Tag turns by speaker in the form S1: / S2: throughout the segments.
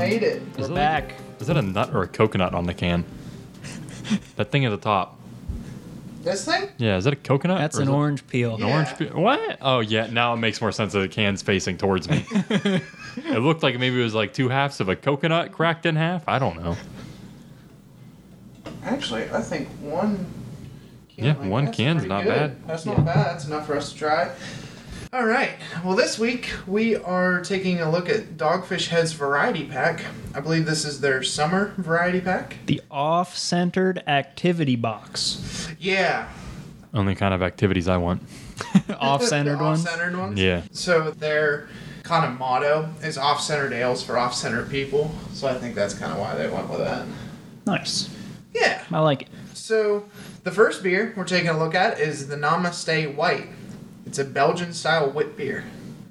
S1: We're
S2: that
S1: back.
S2: Like, is that a nut or a coconut on the can? that thing at the top.
S3: This thing?
S2: Yeah, is that a coconut?
S1: That's
S2: or
S1: an
S2: is it
S1: orange peel.
S2: An orange. pe- What? Oh yeah, now it makes more sense that the can's facing towards me. it looked like maybe it was like two halves of a coconut cracked in half. I don't know.
S3: Actually, I think one. Can
S2: Yeah,
S3: like
S2: one
S3: that's
S2: can's
S3: pretty
S2: not
S3: good.
S2: bad.
S3: That's not bad. That's enough for us to try. All right. Well, this week we are taking a look at Dogfish Head's variety pack. I believe this is their summer variety pack.
S1: The off centered activity box.
S3: Yeah.
S2: Only kind of activities I want.
S1: off centered
S3: The
S1: one.
S3: Off-centered ones.
S2: Yeah.
S3: So their kind of motto is off-centered ales for off-centered people. So I think that's kind of why they went with that.
S1: Nice.
S3: Yeah.
S1: I like it.
S3: So, the first beer we're taking a look at is the Namaste White. It's a Belgian style wit beer.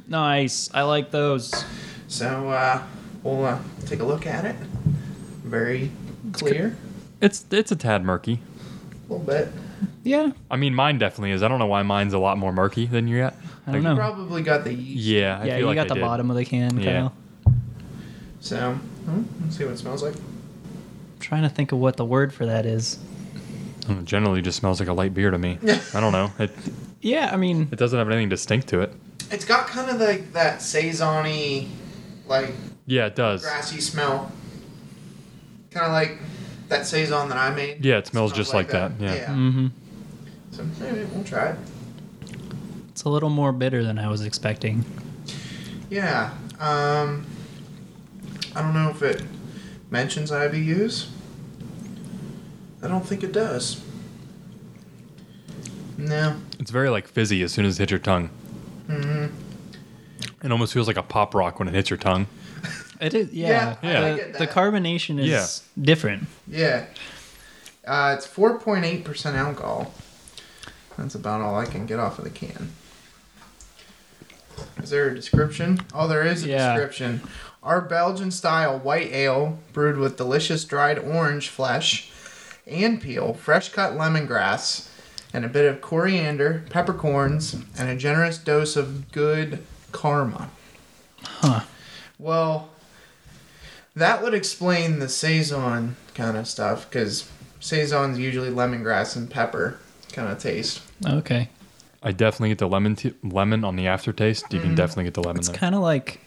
S1: Nice. I like those.
S3: So, uh, we'll uh, take a look at it. Very clear,
S2: It's it's a tad murky.
S3: a little bit.
S1: Yeah.
S2: I mean, mine definitely is. I don't know why mine's a lot more murky than your.
S1: I don't know.
S3: Probably got the yeast.
S2: Yeah, I
S1: yeah,
S2: feel
S1: you
S2: like
S1: got
S2: I
S1: the
S2: did.
S1: bottom of the can,
S2: Yeah.
S1: Kyle.
S3: So, hmm, let's see what it smells like.
S1: I'm trying to think of what the word for that is.
S2: Mm, It generally just smells like a light beer to me. I don't know. It
S1: Yeah, I mean,
S2: it doesn't have anything distinct to it.
S3: It's got kind of like that saison like
S2: Yeah, it does.
S3: grassy smell. Kind of like that saison that I made.
S2: Yeah, it smells just like that, yeah.
S1: hmm
S3: So, maybe we'll try it.
S1: it's a little more bitter than I was expecting.
S3: Yeah. Um, I don't know if it mentions IBUs. I don't think it does. No.
S2: It's very like fizzy as soon as it hits your tongue.
S1: Mm-hmm.
S2: It almost feels like a pop rock when it hits your tongue.
S1: It is, yeah.
S3: Yeah,
S2: I
S1: the,
S3: get that.
S1: the carbonation is different.
S3: Yeah. Uh, it's 4.8% alcohol. That's about all I can get off of the can. Is there a description? Oh, there is a
S1: Yeah.
S3: description. Our Belgian style white ale brewed with delicious dried orange flesh and peel, fresh cut lemongrass, and a bit of coriander, peppercorns, and a generous dose of good karma.
S1: Huh.
S3: Well, that would explain the saison kind of stuff because saison's usually lemongrass and pepper kind of taste.
S1: Okay.
S2: I definitely get the lemon t- lemon on the aftertaste. You can definitely get the lemon
S1: Mm-hmm. It's
S2: there.
S1: kind of like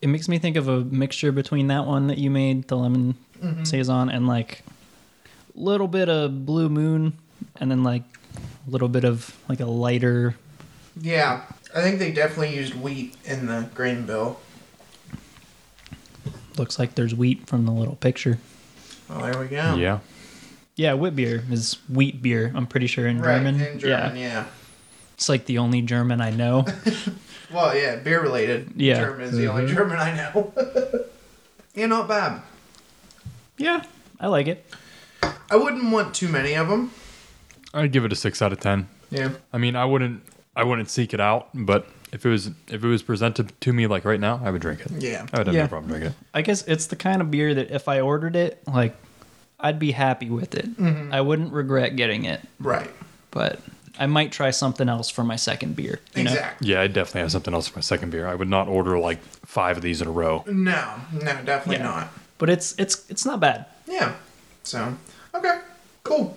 S1: it makes me think of a mixture between that one that you made, the lemon
S3: Mm-hmm.
S1: saison, and like little bit of blue moon, and then like a little bit of like a lighter.
S3: Yeah, I think they definitely used wheat in the grain bill.
S1: Looks like there's wheat from the little picture.
S3: Oh, there we go.
S2: yeah.
S1: Yeah, wheat beer is wheat beer. I'm pretty sure in
S3: Right,
S1: German.
S3: in German, yeah.
S1: it's like the only German I know.
S3: Well, yeah, beer related.
S1: Yeah.
S3: German is the only
S1: Mhm.
S3: German I know. yeah, not bad.
S1: yeah, I like it.
S3: I wouldn't want too many of them.
S2: I'd give it a six out of ten.
S3: Yeah.
S2: I mean, I wouldn't I wouldn't seek it out, but if it was if it was presented to me like right now, I would drink it.
S3: Yeah.
S2: I would have
S1: Yeah.
S2: no problem drinking it.
S1: I guess it's the kind of beer that if I ordered it, like I'd be happy with it.
S3: Mm-hmm.
S1: I wouldn't regret getting it.
S3: Right.
S1: but I might try something else for my second beer. You know?
S3: Exactly.
S2: Yeah, I definitely have something else for my second beer. I would not order like five of these in a row.
S3: No, no, definitely
S1: Yeah.
S3: not.
S1: But it's it's it's not bad.
S3: Yeah. So, okay, cool.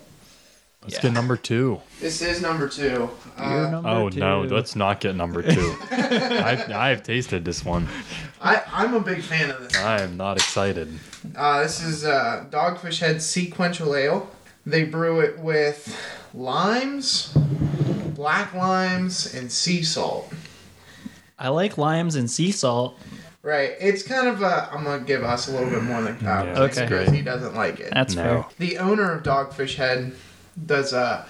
S2: Let's
S1: Yeah.
S2: get number two.
S3: This is number two.
S1: Beer
S3: Uh,
S1: number
S2: Oh no,
S1: two.
S2: let's not get number two. I've, I've tasted this one.
S3: I, I'm a big fan of this.
S2: I am not excited.
S3: Uh, this is uh, Dogfish Head Sequential Ale. They brew it with limes, black limes, and sea salt.
S1: I like limes and sea salt.
S3: Right. It's kind of a. I'm going to give us a little bit more than Kyle.
S2: Yeah,
S1: that's
S3: because
S2: great.
S3: He doesn't like it.
S1: That's
S2: No.
S1: fair.
S3: the owner of Dogfish Head does a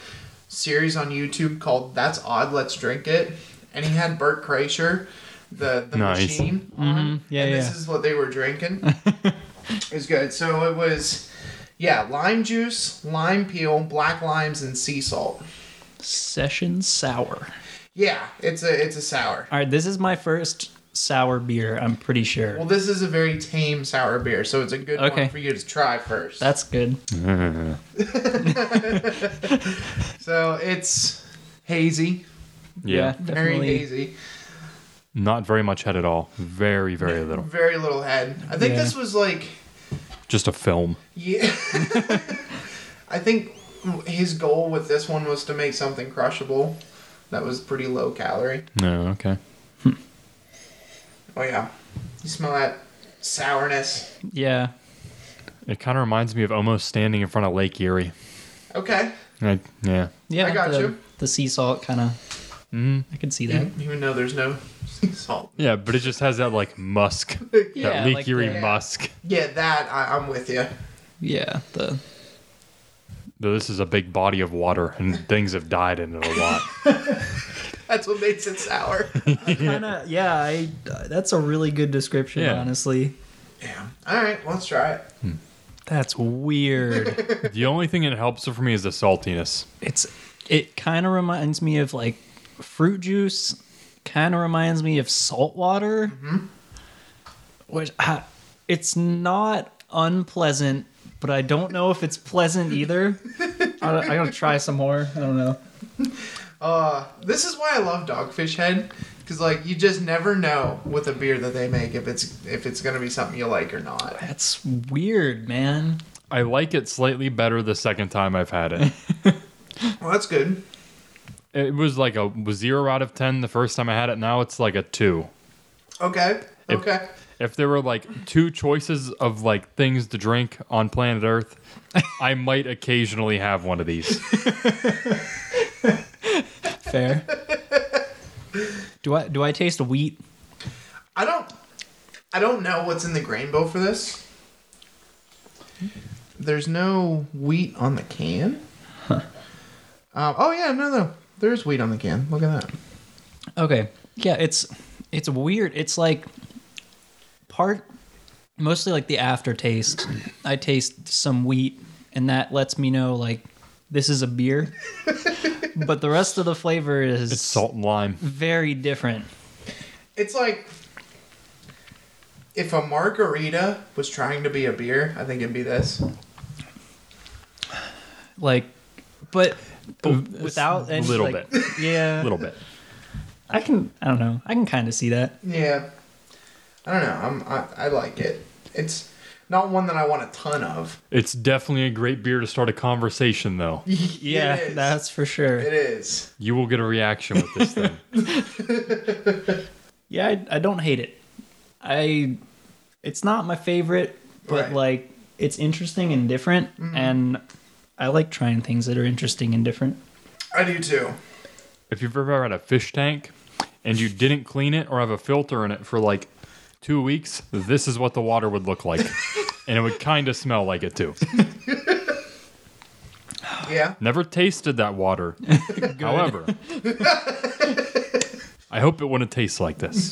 S3: series on YouTube called "That's Odd, Let's Drink It," and he had Bert Kreischer, the the
S2: Nice.
S3: machine, on,
S1: Mm-hmm. Yeah,
S3: and
S1: yeah.
S3: this is what they were drinking. it was good. So it was, yeah, lime juice, lime peel, black limes, and sea salt.
S1: Session sour.
S3: Yeah, it's a it's a sour.
S1: All right, this is my first sour beer. I'm pretty sure.
S3: Well, this is a very tame sour beer, so it's a good
S1: Okay.
S3: one for you to try first.
S1: That's good.
S2: Mm-hmm.
S3: so it's hazy,
S2: yeah.
S1: definitely.
S3: very hazy.
S2: Not very much head at all. Very, very little.
S3: Very little head. I think
S1: Yeah.
S3: this was like
S2: Just a film.
S3: Yeah. I think his goal with this one was to make something crushable that was pretty low calorie.
S2: No, okay.
S3: Oh, yeah. You smell that sourness.
S1: Yeah.
S2: It kind of reminds me of almost standing in front of Lake Erie.
S3: Okay.
S2: I, yeah.
S1: Yeah.
S3: I got
S1: the,
S3: you.
S1: The sea salt kind of.
S2: Mm.
S1: I could see that.
S3: Even, even though there's no sea salt.
S2: Yeah, but it just has that like musk, that Lake
S1: like
S2: Erie
S1: the-
S2: musk.
S3: Yeah, that, I, I'm with you.
S1: Yeah. The
S2: Though this is a big body of water and things have died in it a lot.
S3: That's what makes it sour.
S1: kind of yeah. I that's a really good description.
S2: Yeah.
S1: Honestly,
S3: yeah. All right, let's try it.
S1: that's weird.
S2: the only thing that helps it for me is the saltiness.
S1: it's it kind of reminds me of like fruit juice. Kind of reminds me of salt water. Which I, it's not unpleasant, but I don't know if it's pleasant either. I, I gotta try some more. I don't know.
S3: Uh, this is why I love Dogfish Head, because like you just never know with a beer that they make if it's if it's gonna be something you like or not.
S1: That's weird, man.
S2: I like it slightly better the second time I've had it.
S3: Well, that's good.
S2: it was like a zero out of 10 the first time I had it. Now it's like a two.
S3: Okay.
S2: If-
S3: Okay.
S2: If there were like two choices of like things to drink on planet Earth, I might occasionally have one of these.
S1: Fair. do I do I taste wheat?
S3: I don't. I don't know what's in the grain bill for this. There's no wheat on the can. Um, oh yeah, no, no, there's wheat on the can. Look at that.
S1: Okay. Yeah, it's it's weird. It's like part mostly like the aftertaste. I taste some wheat and that lets me know like this is a beer. but the rest of the flavor is
S2: It's salt and lime.
S1: very different.
S3: It's like if a margarita was trying to be a beer, I think it'd be this.
S1: Like but
S2: Oh,
S1: without
S2: a
S1: any
S2: little
S1: like-
S2: bit,
S1: Yeah.
S2: a little bit.
S1: I can I don't know. I can kind of see that.
S3: Yeah. I don't know. I'm, I I like it. It's not one that I want a ton of.
S2: It's definitely a great beer to start a conversation, though.
S1: Yeah,
S3: It is.
S1: that's for sure.
S3: It is.
S2: You will get a reaction with this thing.
S1: Yeah, I, I don't hate it. I it's not my favorite, but
S3: Right.
S1: like it's interesting and different and I like trying things that are interesting and different.
S3: I do too.
S2: if you've ever had a fish tank and you didn't clean it or have a filter in it for like two weeks, this is what the water would look like. and it would kind of smell like it too.
S3: Yeah.
S2: Never tasted that water. However, I hope it wouldn't taste like this.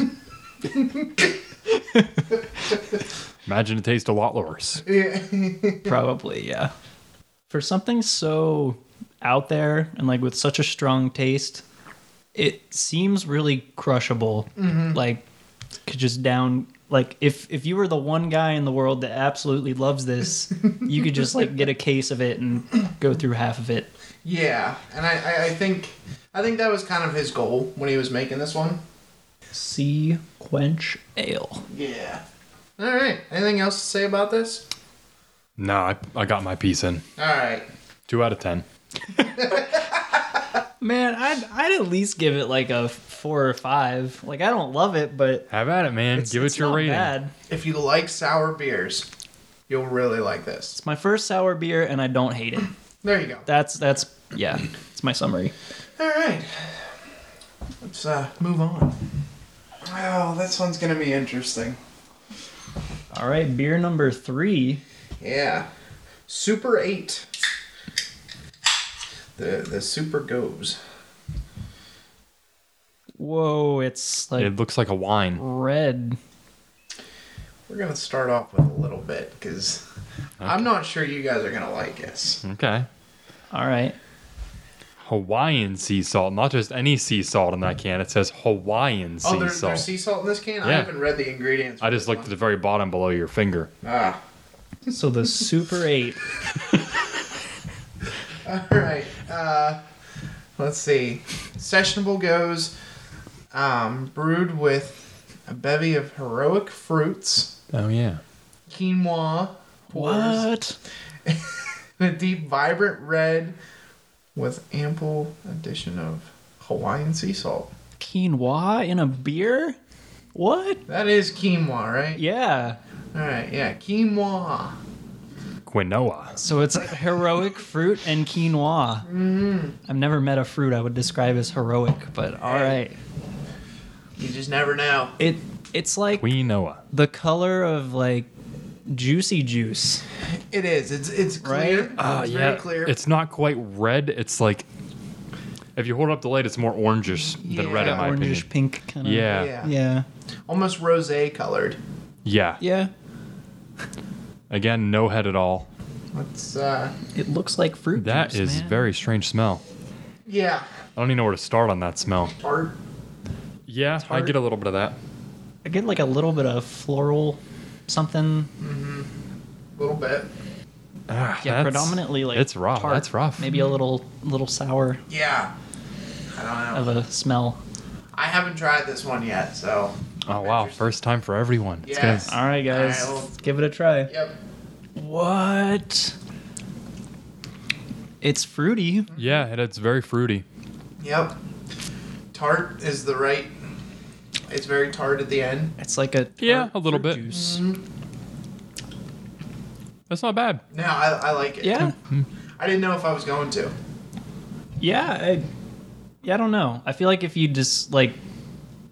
S2: Imagine it tastes a lot worse.
S3: Yeah.
S1: Probably, yeah. For something so out there and like with such a strong taste, it seems really crushable. Like could just down like if if you were the one guy in the world that absolutely loves this, you could just like get a case of it and go through half of it.
S3: Yeah, and I, I, I think I think that was kind of his goal when he was making this one.
S1: Sea Quench Ale.
S3: Yeah. All right. Anything else to say about this?
S2: Nah, I, I got my piece in.
S3: All right.
S2: Two out of ten.
S1: Man, I'd, I'd at least give it like a four or five. Like, I don't love it, but
S2: Have at it, man.
S1: it's,
S2: Give
S1: it's
S2: it your
S1: not
S2: rating.
S1: bad.
S3: If you like sour beers, you'll really like this.
S1: It's my first sour beer, and I don't hate it.
S3: There you go.
S1: That's, that's yeah, it's my summary.
S3: All right. Let's uh, move on. Wow, Oh, this one's gonna be interesting.
S1: All right, beer number three.
S3: Yeah. Super eight. The the super goes.
S1: Whoa, it's like
S2: It looks like a wine.
S1: red.
S3: We're gonna start off with a little bit because I'm not sure you guys are gonna like this.
S2: Okay.
S1: All right.
S2: Hawaiian sea salt, not just any sea salt in that can. It says Hawaiian sea
S3: oh, there's,
S2: salt.
S3: there's sea salt in this can. I
S2: Yeah.
S3: haven't read the ingredients.
S2: I just looked at the very bottom below your finger.
S3: Ah,
S1: So the Super 8.
S3: all right. Uh, let's see. Sessionable goes um, brewed with a bevy of heroic fruits,
S2: Oh yeah.
S3: quinoa, pours
S1: What?
S3: in a deep, vibrant red with ample addition of Hawaiian sea salt.
S1: Quinoa in a beer? What?
S3: That is quinoa, right?
S1: Yeah.
S3: All right, yeah, quinoa.
S2: Quinoa.
S1: So it's heroic fruit and quinoa.
S3: Mm-hmm.
S1: I've never met a fruit I would describe as heroic, but all right.
S3: You just never know.
S1: It it's like
S2: Quinoa.
S1: the color of like juicy juice.
S3: It is. It's it's clear.
S1: Right?
S2: Ah,
S3: it's very clear.
S2: It's not quite red. It's like if you hold it up to light, it's more orangish than red in
S3: Yeah,
S2: my
S1: Orangish
S2: opinion.
S1: pink kind of.
S2: Yeah. yeah,
S3: Yeah.
S1: Yeah.
S3: almost rosé colored.
S1: Yeah.
S2: Again, no head at all.
S3: Let's uh
S1: It looks like fruit
S2: That
S1: juice,
S2: is
S1: man.
S2: very strange smell.
S3: yeah,
S2: I don't even know where to start on that smell.
S3: tart.
S2: Yeah, I
S3: hard.
S2: get a little bit of that.
S1: I get like a little bit of floral something.
S3: little bit.
S2: Ah,
S1: Yeah,
S2: that's-
S1: predominantly like
S2: it's rough.
S1: tart.
S2: That's rough.
S1: Maybe a little little sour
S3: Yeah. I don't know.
S1: of a smell.
S3: I haven't tried this one yet, so
S2: Oh wow,
S3: Interesting.
S2: first time for everyone. It's
S3: Yes.
S2: gonna-
S1: All right, guys,
S3: All right, well-
S1: give it a try.
S3: yep.
S1: What? It's fruity.
S2: yeah, and it's very fruity.
S3: Yep. Tart is the right it's very tart at the end.
S1: It's like a
S2: Yeah,
S1: tart
S2: a little
S1: fruit
S2: bit.
S1: Juice.
S2: That's not bad.
S3: No, I, I like it.
S1: Yeah,
S3: I didn't know if I was going to.
S1: yeah. I, yeah, I don't know. I feel like if you just like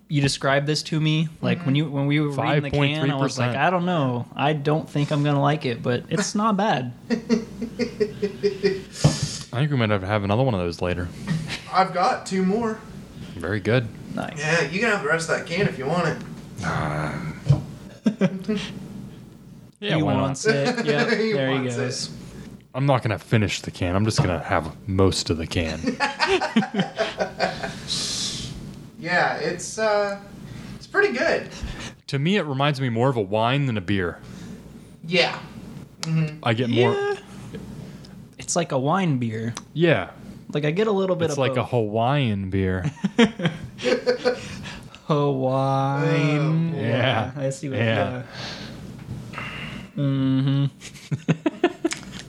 S1: you describe this to me, like when you when we were reading the can, I was like,
S2: 5.3%.
S1: I don't know. I don't think I'm gonna like it, but it's not bad.
S2: I think we might have to have another one of those later.
S3: I've got two more.
S2: Very good.
S1: Nice.
S3: Yeah, you can have the rest of that can if you want it.
S2: Yeah,
S1: he
S2: why not?
S1: wants it. Yep,
S3: He
S1: there he
S3: wants it.
S1: goes.
S2: I'm not gonna finish the can. I'm just gonna have most of the can.
S3: Yeah, it's uh it's pretty good.
S2: to me, it reminds me more of a wine than a beer.
S3: Yeah.
S2: I get more.
S1: Yeah. It's like a wine beer.
S2: Yeah,
S1: Like I get a little bit
S2: it's
S1: of
S2: like a
S1: both.
S2: Hawaiian beer.
S1: Hawaiian.
S3: Oh,
S2: Yeah.
S1: I see what.
S2: Yeah.
S1: Mm-hmm.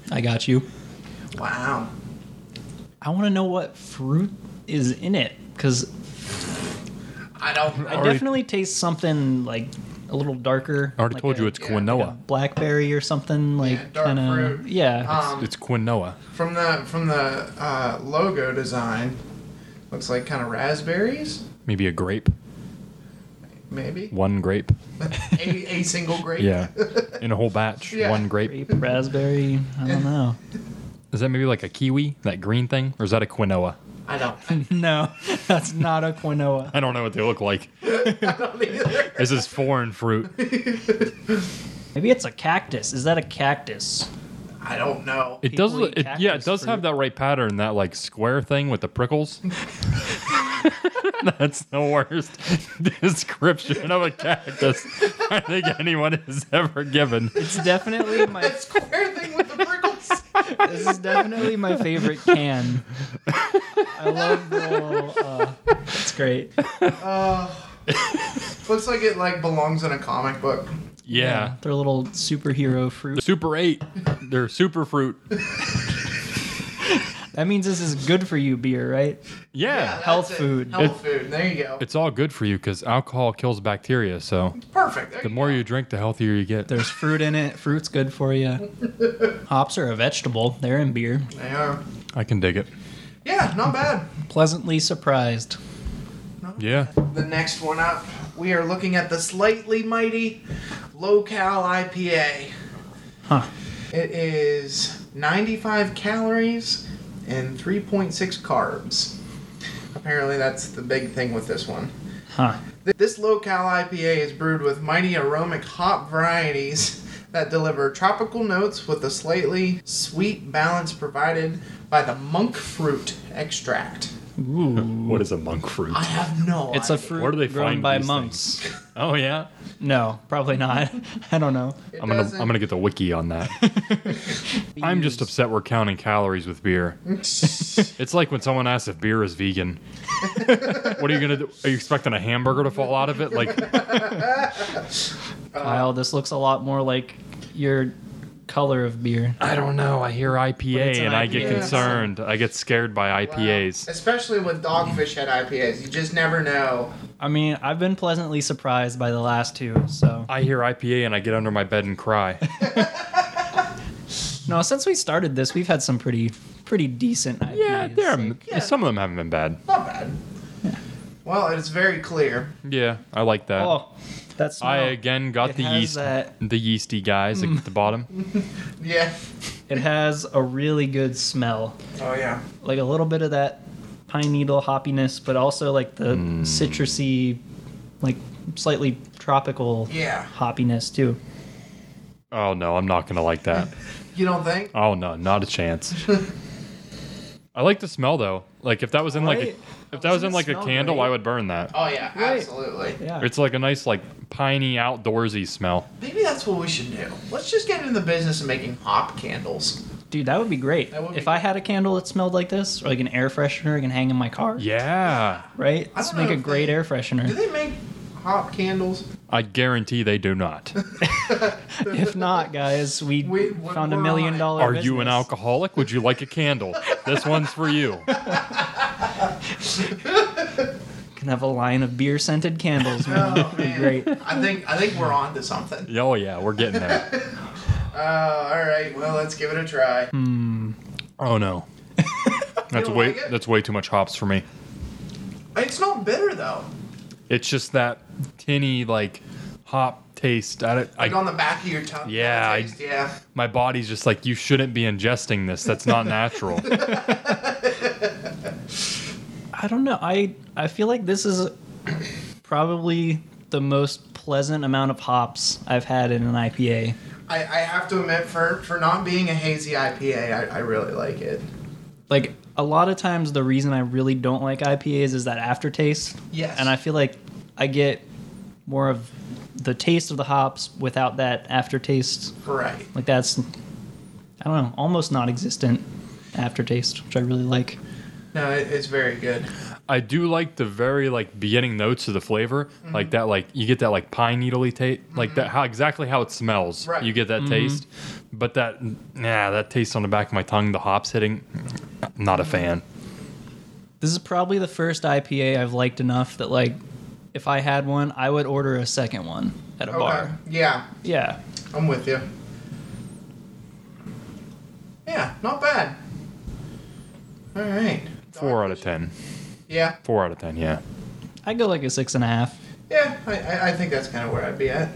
S1: I got you.
S3: Wow.
S1: I want to know what fruit is in it because
S3: I don't
S1: I
S2: Or- Already-
S1: definitely taste something like a little darker.
S2: I already
S1: like
S2: told
S1: a-
S2: you it's
S3: yeah,
S1: like a
S2: quinoa.
S1: blackberry or something like
S3: dark
S1: kind of
S3: fruit.
S1: yeah.
S3: um,
S2: it's quinoa.
S3: From the from the uh, logo design, looks like kind of raspberries,
S2: Maybe a grape.
S3: maybe
S2: One grape.
S3: a, a single grape.
S2: Yeah, in a whole batch.
S3: Yeah.
S2: One grape.
S1: Grape, raspberry, I don't know.
S2: Is that maybe like a kiwi? That green thing, or is that a quinoa?
S3: I don't.
S1: no, that's not a quinoa.
S2: I don't know what they look like.
S3: I don't either.
S2: This is foreign fruit.
S1: Maybe it's a cactus. Is that a cactus?
S3: I don't know.
S2: It does.
S1: People eat
S2: Look, it, yeah, it
S1: cactus
S2: does have
S1: fruit.
S2: that right pattern, that like square thing with the prickles. That's the worst description of a cactus I think anyone has ever given.
S1: It's definitely my.
S3: That square thing with the prickles.
S1: This is definitely my favorite can. I love the little. Uh, it's great.
S3: Uh, Looks like it like belongs in a comic book.
S2: Yeah.
S1: Their little superhero
S2: The
S1: fruit.
S2: Super eight. They're super fruit.
S1: That means this is good for you, beer, right?
S2: Yeah.
S1: Health
S3: that's it.
S1: food.
S3: Health food. There you go.
S2: It's all good for you because alcohol kills bacteria. So
S3: Perfect. There
S2: the
S3: you
S2: more
S3: go.
S2: you drink, the healthier you get.
S1: There's fruit in it. Fruit's good for you. Hops are a vegetable. They're in beer.
S3: They are.
S2: I can dig it.
S3: Yeah, not bad.
S1: Pleasantly surprised.
S2: Yeah.
S3: The next one up, we are looking at the slightly mighty low-cal IPA.
S1: Huh.
S3: It is 95 calories and 3.6 carbs. Apparently, that's the big thing with this one.
S1: Huh.
S3: Th- This low-cal IPA is brewed with mighty aromatic hop varieties that deliver tropical notes with a slightly sweet balance provided by the monk fruit extract.
S1: Ooh.
S2: What is a monk fruit?
S3: I have no
S1: It's a
S3: idea.
S1: fruit
S2: Where do they
S1: grown
S2: find
S1: by
S2: these
S1: monks.
S2: Oh yeah.
S1: No, probably not. I don't know.
S3: It
S2: I'm gonna
S3: doesn't-
S2: I'm gonna get the wiki on that. I'm just upset we're counting calories with beer. It's like when someone asks if beer is vegan. what are you gonna do? Are you expecting a hamburger to fall out of it? Like
S1: Kyle, this looks a lot more like your color of beer.
S2: I don't know. I hear IPA
S1: it's an
S2: and I get
S1: IPA.
S2: concerned. I get scared by
S3: Wow.
S2: IPAs.
S3: Especially with Dogfish Head IPAs. You just never know.
S1: I mean, I've been pleasantly surprised by the last two. So
S2: I hear IPA and I get under my bed and cry.
S1: no, since we started this, we've had some pretty pretty decent IPAs.
S2: yeah, there are,
S1: Like,
S3: yeah.
S2: some of them haven't been bad.
S3: Not bad. Well, it's very clear.
S2: Yeah, I like that.
S1: oh, that's
S2: I again got
S1: It
S2: the
S1: has
S2: yeast,
S1: that-
S2: the yeasty guys at the bottom.
S3: Yeah.
S1: It has a really good smell,
S3: Oh yeah.
S1: like a little bit of that pine needle hoppiness, but also like the citrusy, like slightly tropical
S3: Yeah.
S1: hoppiness too.
S2: Oh no, I'm not gonna like that.
S3: You don't think?
S2: Oh no, not a chance. I like the smell though. Like if that was in like
S1: Right?
S2: a, if that was
S1: Doesn't
S2: in
S1: it
S2: like a
S1: smell
S2: candle,
S1: great?
S2: I would burn that.
S3: Oh yeah,
S1: Right.
S3: absolutely.
S1: Yeah,
S2: It's like a nice like piney outdoorsy smell.
S3: Maybe that's what we should do. Let's just get into the business of making hop candles.
S1: dude, that would be great.
S3: That would
S1: if
S3: be
S1: I
S3: great.
S1: had a candle that smelled like this, or like an air freshener, I can hang in my car.
S2: Yeah,
S1: right.
S3: I
S1: This
S3: don't
S1: would
S3: know
S1: make a
S3: if
S1: great
S3: they-
S1: air
S3: Do
S1: freshener.
S3: they make hop candles?
S2: I guarantee they do not.
S1: if not, guys, we,
S3: We- we're-
S1: found a
S3: we're on
S1: million
S3: it.
S1: dollar.
S2: Are you an
S1: business.
S2: alcoholic? Would you like a candle? This one's for you.
S1: Can have a line of beer scented candles, man.
S3: Oh
S1: That'd
S3: man.
S1: be great.
S3: I think I think we're on to something.
S2: Oh yeah, we're getting there.
S3: Uh, all right. Well, let's give it a try.
S2: Hmm. Oh no, that's
S3: don't
S2: way
S3: like it?
S2: that's way too much hops for me.
S3: It's not bitter though.
S2: It's just that tinny like hop taste. I, don't-
S3: Like
S2: I
S3: on the back of your tongue.
S2: Yeah, I-
S3: Taste, yeah.
S2: my body's just like you shouldn't be ingesting this. That's not natural.
S1: I don't know. I I feel like this is probably the most pleasant amount of hops I've had in an IPA.
S3: I, I have to admit, for for not being a hazy IPA, I, I really like it.
S1: Like a lot of times the reason I really don't like IPAs is that aftertaste.
S3: Yes.
S1: And I feel like I get more of the taste of the hops without that aftertaste.
S3: Right.
S1: Like that's I don't know, almost non-existent aftertaste, which I really like.
S3: No, it, it's very good.
S2: I do like the very like beginning notes of the flavor, like that like you get that like pine needly taste, like that how exactly how it smells.
S3: Right.
S2: You get that taste, but that nah, that taste on the back of my tongue, the hops hitting, not a fan.
S1: This is probably the first IPA I've liked enough that like if I had one, I would order a second one at a bar.
S3: Yeah,
S1: Yeah.
S3: I'm with you. Yeah, not bad. All right.
S2: Four out of ten.
S3: Yeah,
S2: Four out of ten. Yeah.
S1: I go like a six and a half.
S3: yeah. I, I, I think that's kind of where I'd be at.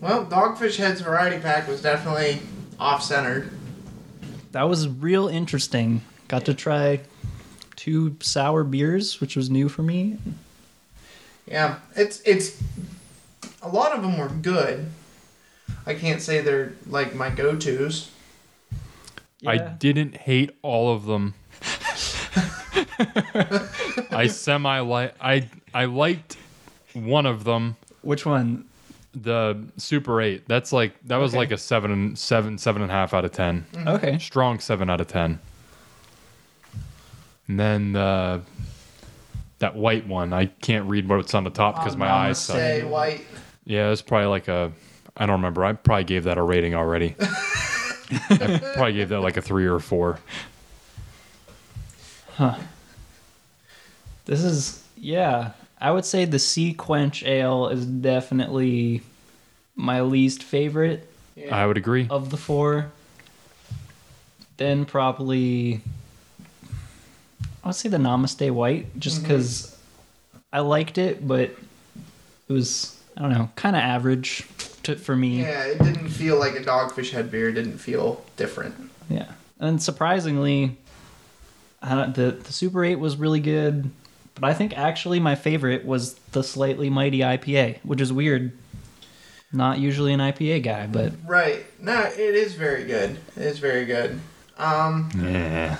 S3: Well, Dogfish Head's variety pack was definitely off-centered.
S1: That was real interesting. Got to try two sour beers, which was new for me.
S3: Yeah, it's it's a lot of them were good. I can't say they're like my go-tos.
S2: I
S1: Yeah.
S2: didn't hate all of them. I semi like I I liked one of them,
S1: Which one?
S2: the Super Eight. That's like that was
S1: Okay.
S2: like a seven and seven seven and a half out of ten.
S1: Okay.
S2: Strong seven out of ten. And then uh, that white one, I can't read what's on the top
S1: Oh,
S2: because my eyes. Suck.
S3: Say white.
S2: Yeah, it's probably like a. I don't remember. I probably gave that a rating already. I probably gave that like a three or a four.
S1: This is yeah. I would say the Sea Quench Ale is definitely my least favorite
S3: Yeah.
S2: I would agree.
S1: of the four. Then probably I would say the Namaste White, just because I liked it, but it was I don't know, kind of average to, for me.
S3: Yeah, it didn't feel like a dogfish head beer. It didn't feel different.
S1: Yeah, and surprisingly, I don't, the the Super Eight was really good, but I think actually my favorite was the slightly mighty IPA, which is weird. Not usually an IPA guy, but
S3: Right. No, it is very good. It is very good. Um,
S2: Yeah.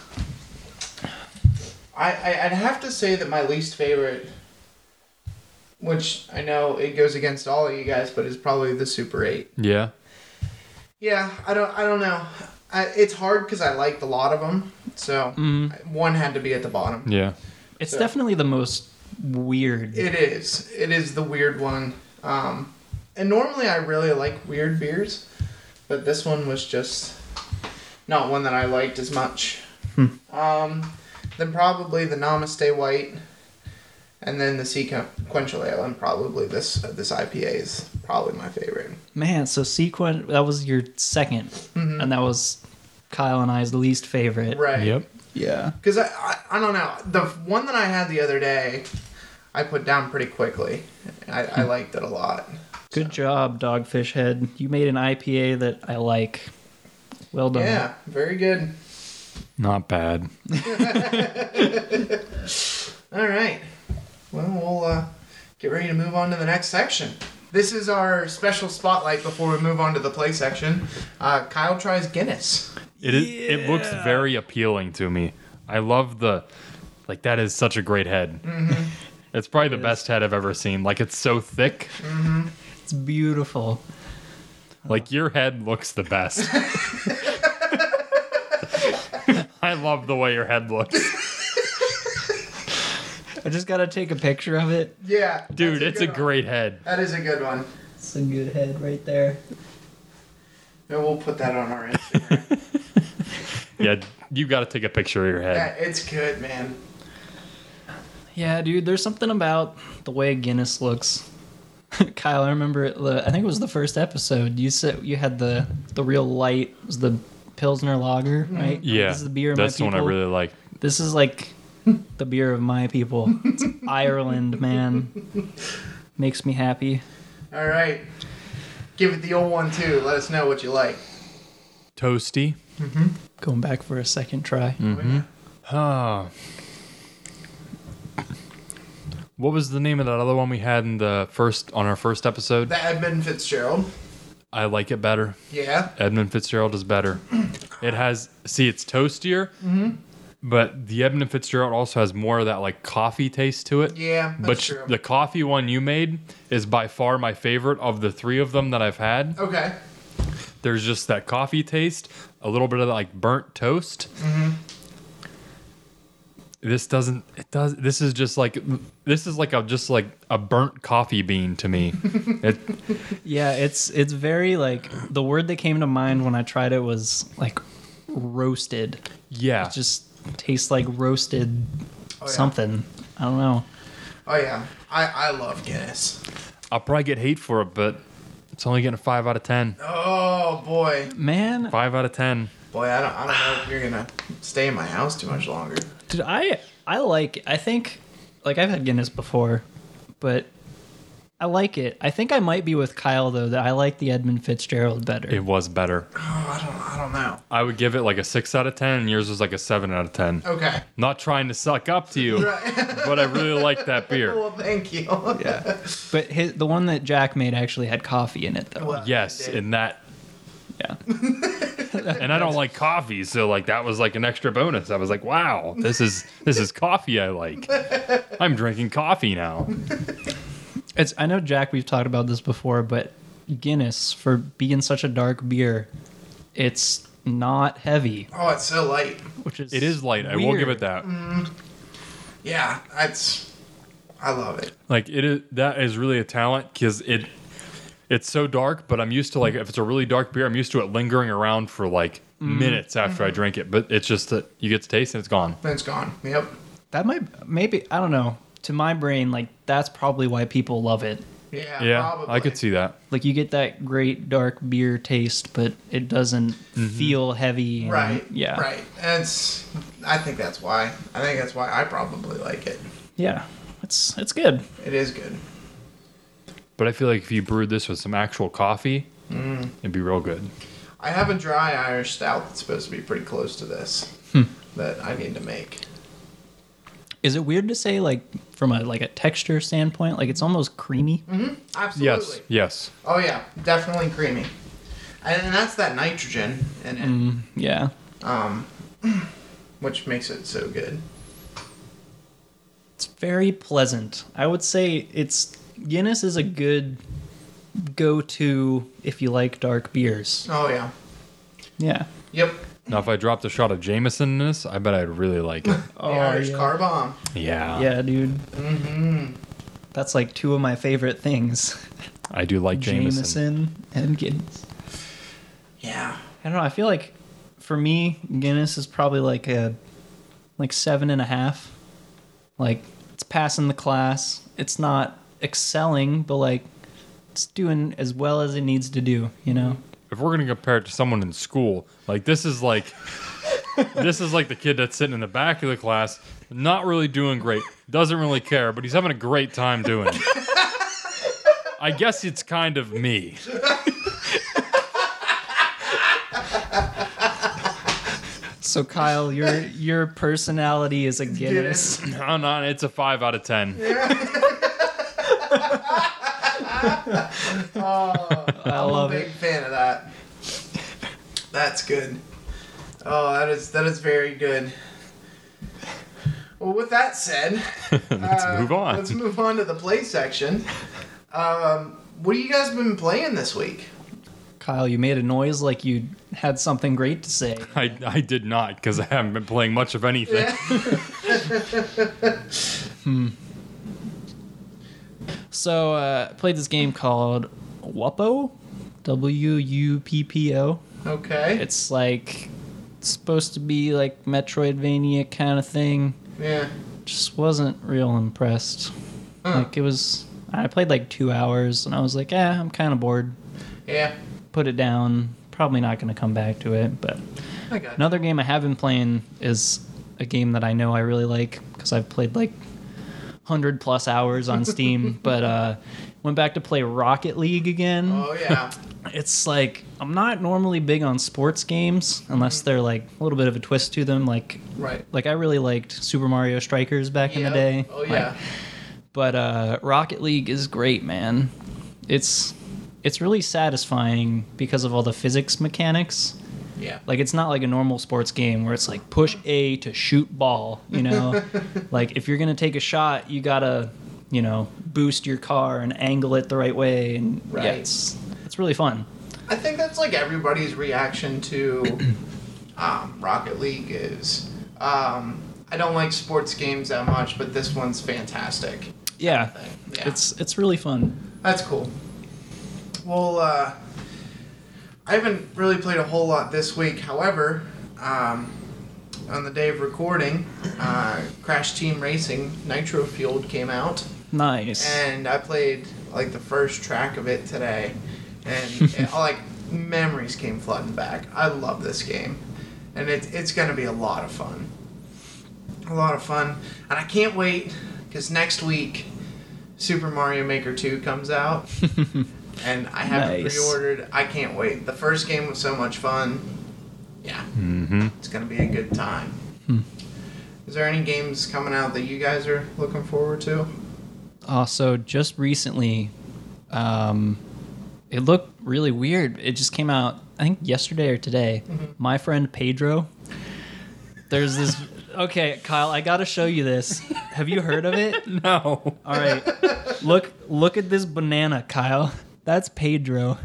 S3: I, I I'd have to say that my least favorite, which I know it goes against all of you guys, but is probably the Super Eight.
S2: Yeah.
S3: Yeah, I don't I don't know. I, it's hard because I liked a lot of them, so
S1: Mm.
S3: one had to be at the bottom.
S2: Yeah.
S1: it's
S3: So-
S1: definitely the most weird.
S3: It is. It is the weird one. Um, and normally I really like weird beers, but this one was just not one that I liked as much. Um, then probably the Namaste White, and then the Sequential Ale, and probably this this IPA is probably my favorite.
S1: Man, so sequent that was your 2nd and that was Kyle and I's least favorite.
S3: Mm-hmm. Right.
S2: Yep.
S1: Yeah.
S3: Because I, I, I don't know. The one that I had the other day, I put down pretty quickly. I, I liked it a lot.
S1: Good job, Dogfish Head. You made an IPA that I like. Well done.
S3: Yeah, very good.
S2: Not bad.
S3: All right. Well, we'll uh, get ready to move on to the next section. This is our special spotlight before we move on to the play section. Uh, Kyle tries Guinness.
S2: It is. It looks very appealing to me. I love the, like that is such a great head. It's probably the best head I've ever seen. Like it's so thick.
S1: It's beautiful.
S2: Like your head looks the best. I love the way your head looks,
S1: I just gotta take a picture of it.
S3: Yeah,
S2: dude. it's a great head.
S3: That is a good one.
S1: It's a good head right there.
S3: And we'll put that on our Instagram.
S2: Yeah, you got to take a picture of your head.
S3: yeah, it's good, man.
S1: Yeah, dude, there's something about the way Guinness looks. Kyle, I remember it, the, I think it was the first episode. You said you had the the real light was the Pilsner Lager,
S3: Mm-hmm.
S1: right?
S2: Yeah,
S1: This is the beer of
S2: that's
S1: my
S2: the
S1: people.
S2: one I really like.
S1: This is like the beer of my people. It's Ireland, man. Makes me happy.
S3: All right. Give it the old one, too. Let us know what you like.
S2: Toasty.
S1: Going back for a second try.
S2: Ah. What was the name of that other one we had in the first on our first episode?
S3: The Edmund Fitzgerald.
S2: I like it better.
S3: Yeah.
S2: Edmund Fitzgerald is better. It has see, it's toastier,
S3: Mm-hmm.
S2: but the Edmund Fitzgerald also has more of that like coffee taste to it.
S3: Yeah, that's
S2: but
S3: true.
S2: the coffee one you made is by far my favorite of the three of them that I've had.
S3: Okay.
S2: There's just that coffee taste, a little bit of that, like burnt toast. This doesn't. It does. This is just like this is like a just like a burnt coffee bean to me. it,
S1: Yeah, it's it's very like the word that came to mind when I tried it was like roasted.
S2: yeah.
S1: It just tastes like roasted
S3: Oh, yeah.
S1: something. I don't know.
S3: Oh, yeah. I, I love Guinness.
S2: I'll probably get hate for it, but it's only getting a five out of ten.
S3: Oh, boy.
S1: Man,
S2: Five out of ten.
S3: Boy, I don't, I don't know if you're gonna stay in my house too much longer.
S1: dude, I I like I think like I've had Guinness before, but I like it. I think I might be with Kyle though that I like the Edmund Fitzgerald better.
S2: It was better.
S3: Oh, I don't, I don't know.
S2: I would give it like a six out of ten. and Yours was like a seven out of ten.
S3: Okay.
S2: Not trying to suck up to you,
S3: Right.
S2: but I really like that beer.
S3: well, thank you.
S1: Yeah. But his, the one that Jack made actually had coffee in it though.
S3: Well,
S2: Yes,
S3: I did.
S2: and that
S1: Yeah.
S2: and I don't like coffee, so like that was like an extra bonus. I was like, wow, this is this is coffee I like. I'm drinking coffee now.
S1: It's I know Jack we've talked about this before, but Guinness for being such a dark beer, it's not heavy,
S3: oh, it's so light.
S1: which is
S2: It is light. I will give
S1: weird.
S2: it that.
S3: Yeah, that's. I love it.
S2: Like it is that is really a talent because it it's so dark, but I'm used to like if it's a really dark beer, I'm used to it lingering around for like
S3: Mm.
S2: minutes after
S3: Mm-hmm.
S2: I drink it. But it's just that you get to taste and it's gone.
S3: Then it's gone. Yep.
S1: That might maybe I don't know. To my brain, like that's probably why people love it.
S3: Yeah.
S2: Yeah,
S3: Uh, probably.
S2: I could see that.
S1: Like you get that great dark beer taste, but it doesn't
S2: Mm-hmm.
S1: feel heavy. and-
S3: Right.
S1: Yeah.
S3: Right. That's. I think that's why. I think that's why I probably like it.
S1: Yeah. It's it's good.
S3: It is good.
S2: But I feel like if you brewed this with some actual coffee,
S3: Mm.
S2: it'd be real good.
S3: I have a dry Irish stout that's supposed to be pretty close to this
S2: Hmm.
S3: that I need to make.
S1: Is it weird to say like from a like a texture standpoint, like it's almost creamy?
S3: Absolutely.
S2: Yes, yes.
S3: Oh yeah, definitely creamy. And and that's that nitrogen in it,
S1: Mm-hmm. Yeah.
S3: which makes it so good.
S1: It's very pleasant. I would say it's Guinness is a good go-to if you like dark beers.
S3: Oh yeah.
S1: Yeah.
S3: Yep.
S2: Now, if I dropped a shot of Jameson in this, I bet I'd really like it.
S1: Oh,
S3: the Irish
S1: yeah.
S3: car bomb.
S2: yeah.
S1: Yeah, dude. Mm-hmm. That's like two of my favorite things:
S2: I do like Jameson.
S1: Jameson and Guinness.
S3: Yeah.
S1: I don't know. I feel like for me, Guinness is probably like a like seven and a half. Like it's passing the class. It's not excelling, but like it's doing as well as it needs to do. You know?
S2: if we're gonna compare it to someone in school, like this is like this is like the kid that's sitting in the back of the class, not really doing great, doesn't really care, but he's having a great time doing it. I guess it's kind of me.
S1: So Kyle, your your personality is a Guinness.
S2: I'm not. It's a five out of ten.
S1: I
S3: I'm a
S1: love
S3: big
S1: it.
S3: fan of that. That's good. Oh, that is that is very good. Well, with that said,
S2: Let's
S3: uh,
S2: move on.
S3: Let's move on to the play section. Um, what have you guys been playing this week?
S1: Kyle, you made a noise like you had something great to say.
S2: I, I did not because I haven't been playing much of anything.
S1: So uh, I played this game called Wuppo, W U P P O.
S3: Okay.
S1: It's like supposed to be like Metroidvania kind of thing.
S3: yeah.
S1: Just wasn't real impressed. Like it was, I played like two hours and I was like, eh, I'm kind of bored.
S3: Yeah.
S1: Put it down. Probably not going to come back to it. But
S3: I got
S1: another game I have been playing is a game that I know I really like because I've played like hundred plus hours on Steam. but uh, went back to play Rocket League again
S3: Oh yeah.
S1: it's like I'm not normally big on sports games
S3: Mm.
S1: unless they're like a little bit of a twist to them. Like
S3: right.
S1: like I really liked Super Mario Strikers back in the
S3: Yeah.
S1: day.
S3: Oh
S1: Like,
S3: yeah.
S1: but uh, Rocket League is great, man. It's it's really satisfying because of all the physics mechanics.
S3: yeah.
S1: Like it's not like a normal sports game where it's like push A to shoot ball, you know? like if you're going to take a shot, you got to, you know, boost your car and angle it the right way and
S3: Right.
S1: yeah, it's it's really fun.
S3: I think that's like everybody's reaction to um, Rocket League is. Um, I don't like sports games that much, but this one's fantastic.
S1: Yeah.
S3: Yeah.
S1: It's it's really fun.
S3: That's cool. Well, uh, I haven't really played a whole lot this week. However, um, on the day of recording, uh, Crash Team Racing Nitro Fueled came out,
S1: Nice.
S3: and I played like the first track of it today, and it, like memories came flooding back. I love this game, and it, it's going to be a lot of fun. A lot of fun, and I can't wait because next week, Super Mario Maker Two comes out, and I have it
S1: Nice.
S3: pre-ordered. I can't wait. The first game was so much fun. Yeah,
S2: Mm-hmm.
S3: it's going to be a good time.
S1: Hmm.
S3: Is there any games coming out that you guys are looking forward to?
S1: Also, Uh, just recently, um, it looked really weird. It just came out, I think yesterday or today.
S3: Mm-hmm.
S1: My friend Pedro. There's this. Okay, Kyle, I gotta show you this. Have you heard of it?
S2: No.
S1: All right, look look at this banana, Kyle. That's Pedro.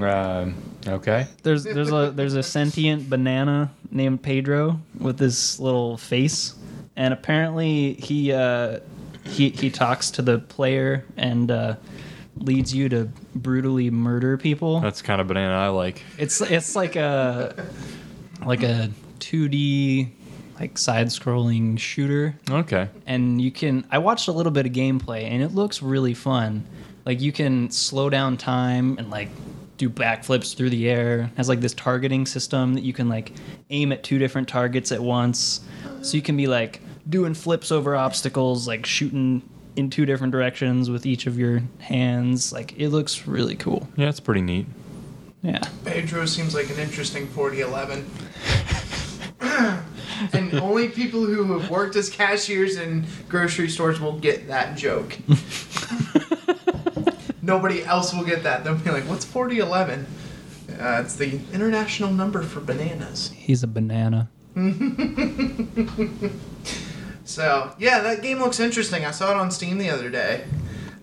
S2: Um, okay.
S1: There's there's a there's a sentient banana named Pedro with this little face, and apparently he uh, he he talks to the player and uh, leads you to brutally murder people.
S2: That's the kind of banana I like.
S1: It's it's like a like a 2D like side-scrolling shooter
S2: Okay.
S1: and you can i watched a little bit of gameplay and it looks really fun like you can slow down time and like do backflips through the air It has like this targeting system that you can like aim at two different targets at once so you can be like doing flips over obstacles like shooting in two different directions with each of your hands like it looks really cool
S2: Yeah, it's pretty neat.
S1: yeah
S3: Pedro seems like an interesting 4011. and only people who have worked as cashiers in grocery stores will get that joke. Nobody else will get that. They'll be like, what's 4011? Uh, it's the international number for bananas.
S1: he's a banana
S3: So, yeah, that game looks interesting. I saw it on Steam the other day.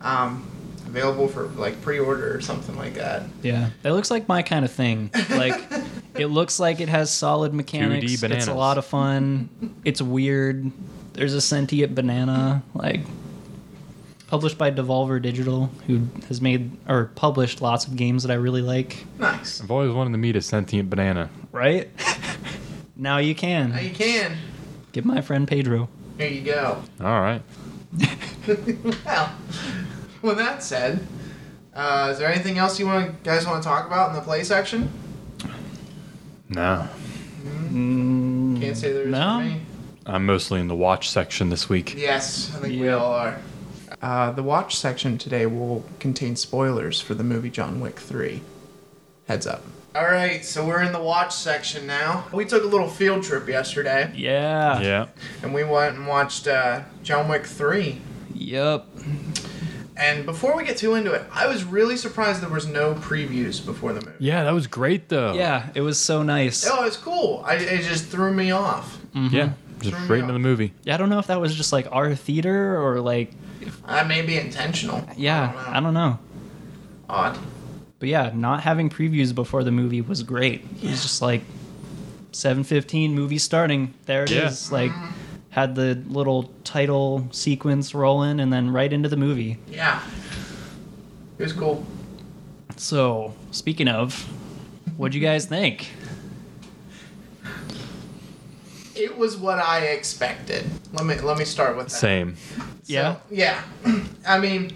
S3: Um, available for like pre order or something like that.
S1: Yeah, that looks like my kind of thing. Like, it looks like it has solid mechanics. It's
S2: bananas.
S1: a lot of fun. It's weird. There's a sentient banana. Like, published by Devolver Digital, who has made or published lots of games that I really like.
S3: Nice.
S2: I've always wanted to meet a sentient banana.
S1: Right? now you
S3: Now you
S1: can.
S3: can.
S1: Get my friend Pedro.
S3: Here you go.
S2: All right.
S3: Well, with that said, uh, is there anything else you want guys want to talk about in the play section?
S2: No.
S3: Can't say there
S1: Mm,
S3: is
S1: No.
S3: for me.
S2: I'm mostly in the watch section this week.
S3: Yes, I think we
S1: Yeah.
S3: all are. Uh, the watch section today will contain spoilers for the movie John Wick 3. Heads up. All right, so we're in the watch section now. We took a little field trip yesterday,
S1: Yeah.
S2: Yeah.
S3: and we went and watched uh, John Wick 3.
S1: Yep.
S3: And before we get too into it, I was really surprised there was no previews before the movie.
S2: Yeah, that was great though.
S1: Yeah, it was so nice.
S3: Oh, it's cool. I, it just threw me off.
S2: Yeah. Just
S3: Turn me
S2: right into
S3: up.
S2: the movie.
S1: Yeah, I don't know if that was just like our theater or like
S3: That may be intentional.
S1: yeah, I don't know.
S3: Odd.
S1: But yeah, not having previews before the movie was great. It was just like 7:15 movie starting. There it is.
S2: Yeah.
S1: Like had the little title sequence rolling and then right into the movie.
S3: Yeah. It was cool.
S1: So, speaking of, what'd you guys think?
S3: It was what I expected. Let me let me start with that.
S2: Same.
S3: So,
S1: Yeah.
S3: yeah. I mean,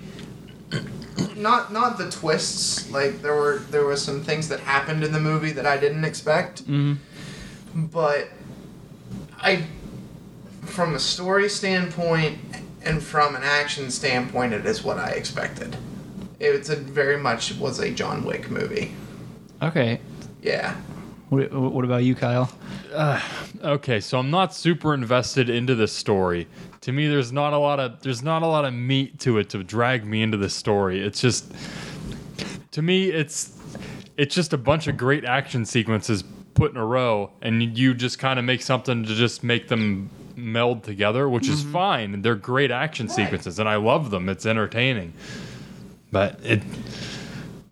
S3: not not the twists. Like there were there were some things that happened in the movie that I didn't expect.
S1: Mhm.
S3: But I, from a story standpoint and from an action standpoint, it is what I expected. It's a very much was a John Wick movie.
S1: Okay.
S3: Yeah.
S1: What, what about you, Kyle?
S2: Okay, so I'm not super invested into this story. To me, there's not a lot of there's not a lot of meat to it to drag me into this story. It's just to me, it's it's just a bunch of great action sequences put in a row, and you just kind of make something to just make them meld together, which is fine. And They're great action sequences, and I love them. It's entertaining, but it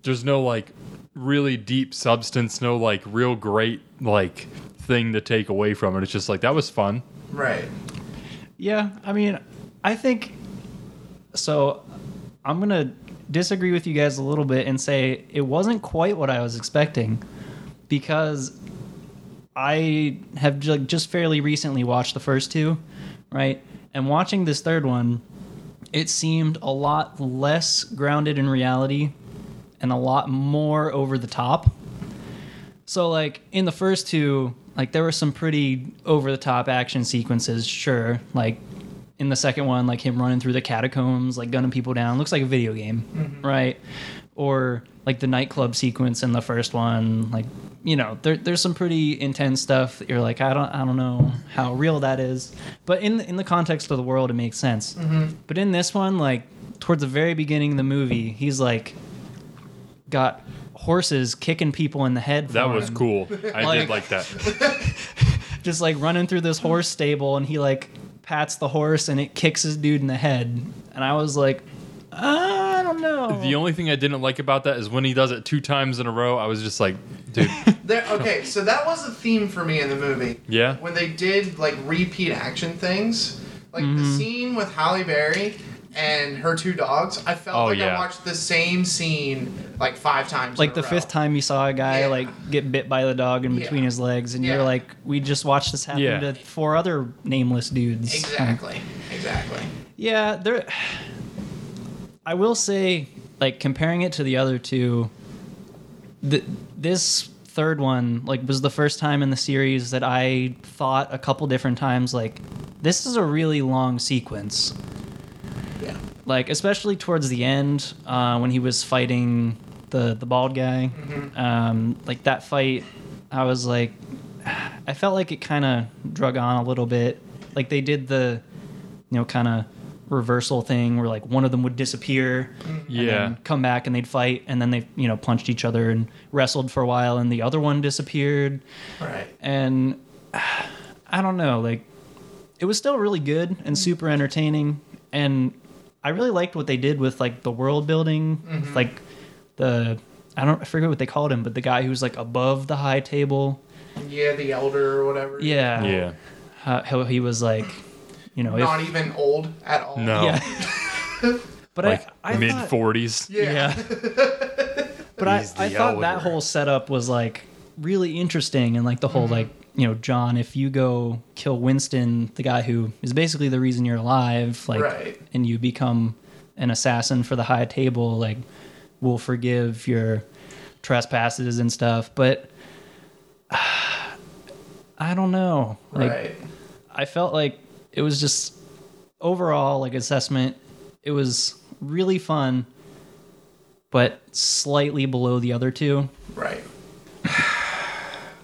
S2: there's no like really deep substance, no like real great like thing to take away from it. It's just like that was fun.
S3: Right.
S1: Yeah, I mean, I think so. I'm gonna disagree with you guys a little bit and say it wasn't quite what I was expecting because I have ju- just fairly recently watched the first two, right? And watching this third one, it seemed a lot less grounded in reality and a lot more over the top. So like in the first two, like there were some pretty over the top action sequences, sure. Like in the second one, like him running through the catacombs, like gunning people down, looks like a video game, right? Or like the nightclub sequence in the first one, like you know, there, there's some pretty intense stuff. That you're like, I don't, I don't know how real that is, but in the, in the context of the world, it makes sense. But in this one, like towards the very beginning of the movie, he's like got horses kicking people in the head.
S2: That
S1: for
S2: was
S1: him
S2: cool. I
S1: Like-
S2: did like that.
S1: just like running through this horse stable and he like pats the horse and it kicks his dude in the head and i was like "Ah, i don't know
S2: The only thing I didn't like about that is when he does it two times in a row, I was just like, dude,
S3: There, okay, so that was a theme for me in the movie.
S2: Yeah.
S3: When they did like repeat action things, like the
S2: Mm-hmm.
S3: scene with Halle Berry and her two dogs, I felt
S2: Oh,
S3: like I
S2: yeah.
S3: watched the same scene like five times. in
S1: like the
S3: a row.
S1: fifth time you saw a guy
S3: Yeah.
S1: like get bit by the dog in between
S3: Yeah.
S1: his legs and
S3: Yeah.
S1: you're like we just watched this happen
S2: Yeah.
S1: to four other nameless dudes
S3: Exactly. Exactly.
S1: Yeah, there. I will say, like comparing it to the other two, th- this third one like was the first time in the series that I thought a couple different times like this is a really long sequence.
S3: Yeah.
S1: Like especially towards the end uh, when he was fighting the the bald guy, um, like that fight, I was like, I felt like it kind of drug on a little bit. Like they did the you know, kind of reversal thing where like one of them would disappear, and
S2: yeah.
S1: then come back and they'd fight, and then they you know punched each other and wrestled for a while, and the other one disappeared,
S3: Right.
S1: and I don't know, like it was still really good and super entertaining, and I really liked what they did with like the world building, with, like the I don't I forget what they called him, but the guy who was like above the high table,
S3: Yeah, the elder or whatever.
S1: yeah,
S2: Yeah.
S1: how, how he was like, you know, if-
S3: Not even old at all.
S2: No.
S1: yeah. But
S2: Oh. like
S1: I, I
S2: mid
S1: thought,
S2: 40s.
S1: yeah. but I,
S2: He's
S1: I
S2: the
S1: thought that
S2: elder.
S1: whole setup was like really interesting and like the
S3: Mm-hmm.
S1: whole like you know John, if you go kill Winston, the guy who is basically the reason you're alive, like,
S3: Right.
S1: and you become an assassin for the high table, like, we'll forgive your trespasses and stuff. But I don't know, like,
S3: right.
S1: I felt like it was just overall like assessment. It was really fun, but slightly below the other two.
S3: Right.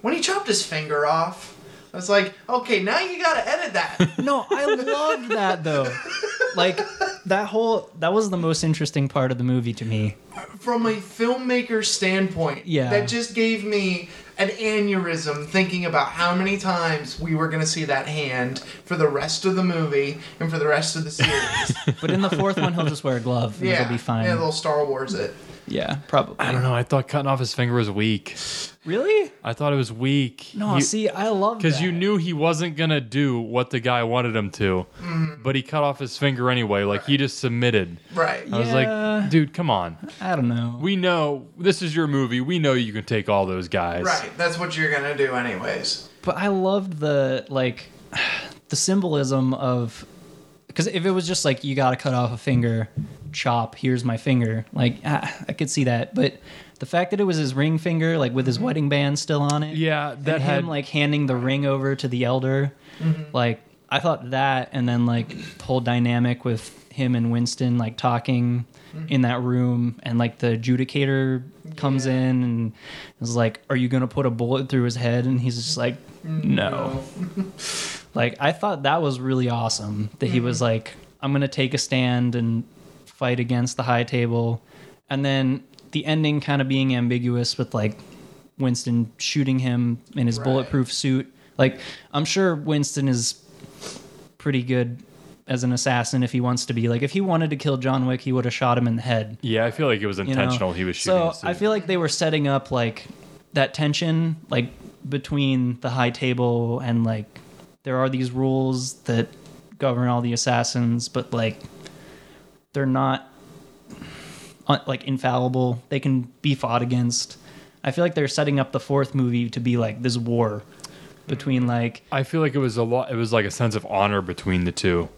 S3: when he chopped his finger off, I was like, okay, now you gotta edit that.
S1: No, I loved that though. Like that whole that was the most interesting part of the movie to me.
S3: From a filmmaker standpoint,
S1: Yeah.
S3: that just gave me an aneurysm thinking about how many times we were gonna see that hand for the rest of the movie and for the rest of the series.
S1: But in the fourth one, he'll just wear a glove and
S3: yeah.
S1: it'll be fine.
S3: Yeah, they'll Star Wars it.
S1: yeah, probably.
S2: I don't know. I thought cutting off his finger was weak.
S1: Really?
S2: I thought it was weak.
S1: No, see, I love
S2: Because you
S1: that.
S2: knew he wasn't going to do what the guy wanted him to,
S1: Mm-hmm.
S2: but he cut off his finger anyway. Like he just submitted.
S3: Right.
S1: Oh,
S2: I was
S1: Yeah.
S2: like, dude, come on.
S1: I don't know.
S2: We know this is your movie. We know you can take all those guys.
S3: Right. That's what you're gonna do anyways.
S1: But I loved the like the symbolism of because if it was just like you got to cut off a finger, chop, here's my finger, like ah, I could see that. But the fact that it was his ring finger, like with his wedding band still on it,
S2: Yeah,
S1: that
S2: that
S1: and
S2: had
S1: him like handing the ring over to the elder, like I thought that, and then like the whole dynamic with him and Winston like talking in that room, and like the adjudicator comes
S3: Yeah.
S1: in and is like, "Are you gonna put a bullet through his head?" And he's just like, "No." Like I thought that was really awesome that he was like, I'm gonna take a stand and fight against the high table, and then the ending kind of being ambiguous with like Winston shooting him in his
S3: Right.
S1: bulletproof suit. Like I'm sure Winston is pretty good as an assassin if he wants to be. Like if he wanted to kill John Wick, he would have shot him in the head.
S2: yeah. I feel like it was
S1: you know?
S2: intentional. He was shooting.
S1: So
S2: his
S1: I
S2: suit.
S1: feel like they were setting up like that tension, like between the high table and like there are these rules that govern all the assassins, but like they're not uh, like infallible. They can be fought against. I feel like they're setting up the fourth movie to be like this war between like
S2: I feel like it was a lot. It was like a sense of honor between the two.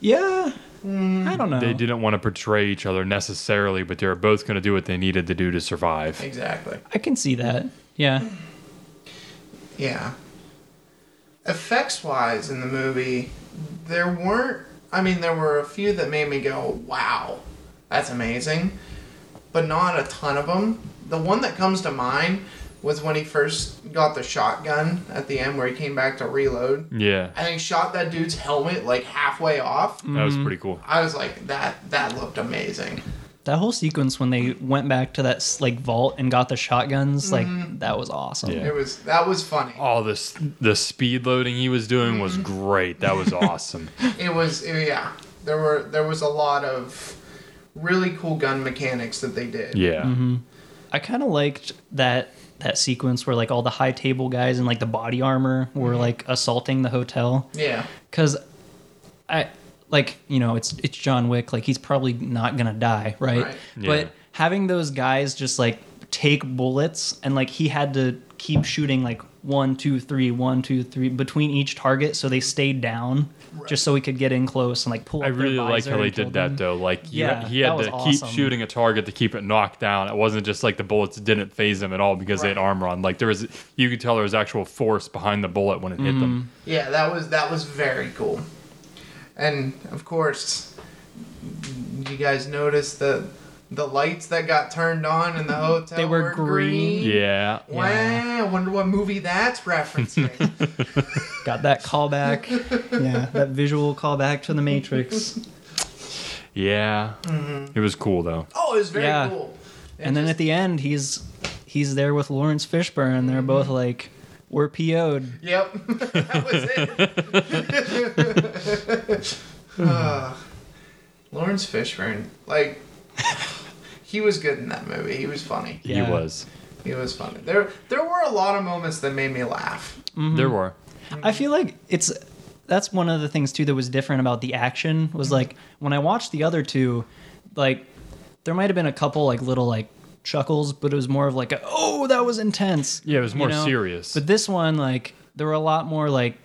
S1: yeah, I don't know.
S2: Mm, They didn't want to portray each other necessarily, but they were both going to do what they needed to do to survive.
S3: Exactly.
S1: I can see that. Yeah.
S3: Yeah. Effects wise in the movie, there weren't. I mean, there were a few that made me go, wow, that's amazing. But not a ton of them. The one that comes to mind was when he first got the shotgun at the end where he came back to reload.
S2: Yeah,
S3: I think shot that dude's helmet like halfway off.
S2: that
S1: Mm-hmm.
S2: was pretty cool.
S3: I was like, that that looked amazing.
S1: That whole sequence when they went back to that s- like vault and got the shotguns, like that was awesome.
S2: Yeah.
S3: It was that was funny.
S2: All this the speed loading he was doing was great. That was awesome.
S3: It was yeah. There were there was a lot of really cool gun mechanics that they did.
S2: Yeah,
S1: Mm-hmm. I kind of liked that that sequence where like all the high table guys in like the body armor were like assaulting the hotel
S3: Yeah.
S1: cuz I like, you know, it's it's John Wick, like he's probably not going to die, right?
S3: Right.
S2: Yeah.
S1: But having those guys just like take bullets and like he had to keep shooting like one two three one two three between each target so they stayed down just so he could get in close and like pull
S2: I
S1: up their
S2: really like
S1: visor
S2: how they
S1: and kill
S2: did that
S1: them.
S2: though. Like you-
S1: Yeah,
S2: he had
S1: that
S2: to
S1: was
S2: keep
S1: awesome.
S2: shooting a target to keep it knocked down. It wasn't just like the bullets didn't phase them at all because they had
S3: Right.
S2: armor on. Like there was, you could tell there was actual force behind the bullet when it hit them.
S3: Yeah, that was that was very cool. And of course, you guys noticed the the lights that got turned on in the hotel.
S1: They were green.
S2: Yeah,
S3: Wow,
S1: Yeah.
S3: I wonder what movie that's referencing.
S1: Got that callback. yeah, that visual callback to the Matrix.
S2: yeah. It was cool though.
S3: oh, it was very
S1: Yeah.
S3: cool. It
S1: And then
S3: just-
S1: at the end, he's he's there with Lawrence Fishburne, and they're both like, "We're PO'd."
S3: Yep, that was it. Ah, Lawrence Fishburne, like he was good in that movie. He was funny.
S1: Yeah.
S2: He was.
S3: He was funny. There there were a lot of moments that made me laugh.
S1: Mm-hmm.
S2: There were.
S1: I feel like it's that's one of the things too that was different about the action was like when I watched the other two, like there might have been a couple like little like chuckles, but it was more of like a, oh that was intense.
S2: Yeah, it was
S1: you
S2: more serious.
S1: But this one like there were a lot more like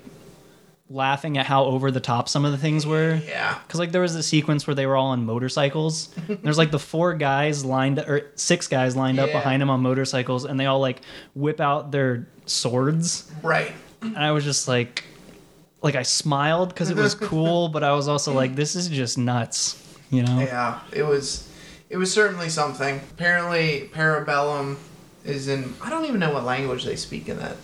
S1: laughing at how over the top some of the things were.
S3: Yeah.
S1: Cause like there was a sequence where they were all on motorcycles. There's like the four guys lined or six guys lined up
S3: Yeah.
S1: behind him on motorcycles, and they all like whip out their swords.
S3: Right.
S1: And I was just like, like I smiled because it was cool, but I was also like, this is just nuts, you know?
S3: Yeah. It was. It was certainly something. Apparently, Parabellum is in. I don't even know what language they speak in that.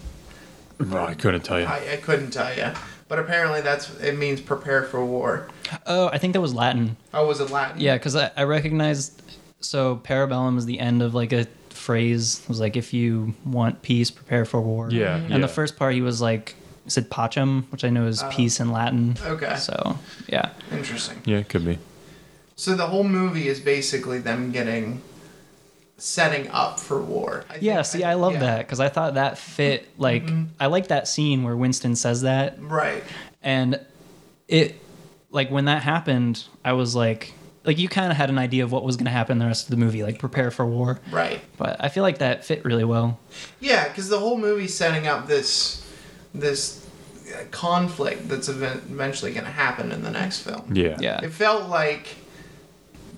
S2: Oh, I couldn't tell you.
S3: I, I couldn't tell you. But apparently, that's it means prepare for war.
S1: Oh, I think that was Latin.
S3: Oh, was it Latin?
S1: Yeah, because I, I recognized. So parabellum is the end of like a phrase. It was like, if you want peace, prepare for war.
S2: Yeah,
S1: And
S2: yeah.
S1: the first part, he was like, he said pacem, which I know
S3: Uh-huh.
S1: is peace in Latin.
S3: okay.
S1: So yeah,
S3: Interesting.
S2: Yeah, it could be.
S3: So the whole movie is basically them getting setting up for war. I think-
S1: yeah. See, I love
S3: yeah. Mm-hmm.
S1: that because I thought that fit. Like, I like that scene where Winston says that,
S3: Right.
S1: and it, like, when that happened, I was like, like you kind of had an idea of what was going to happen the rest of the movie, like prepare for war.
S3: Right.
S1: But I feel like that fit really well.
S3: Yeah, because the whole movie's setting up this this uh, conflict that's ev- eventually going to happen in the next film.
S2: Yeah.
S1: Yeah.
S3: It felt like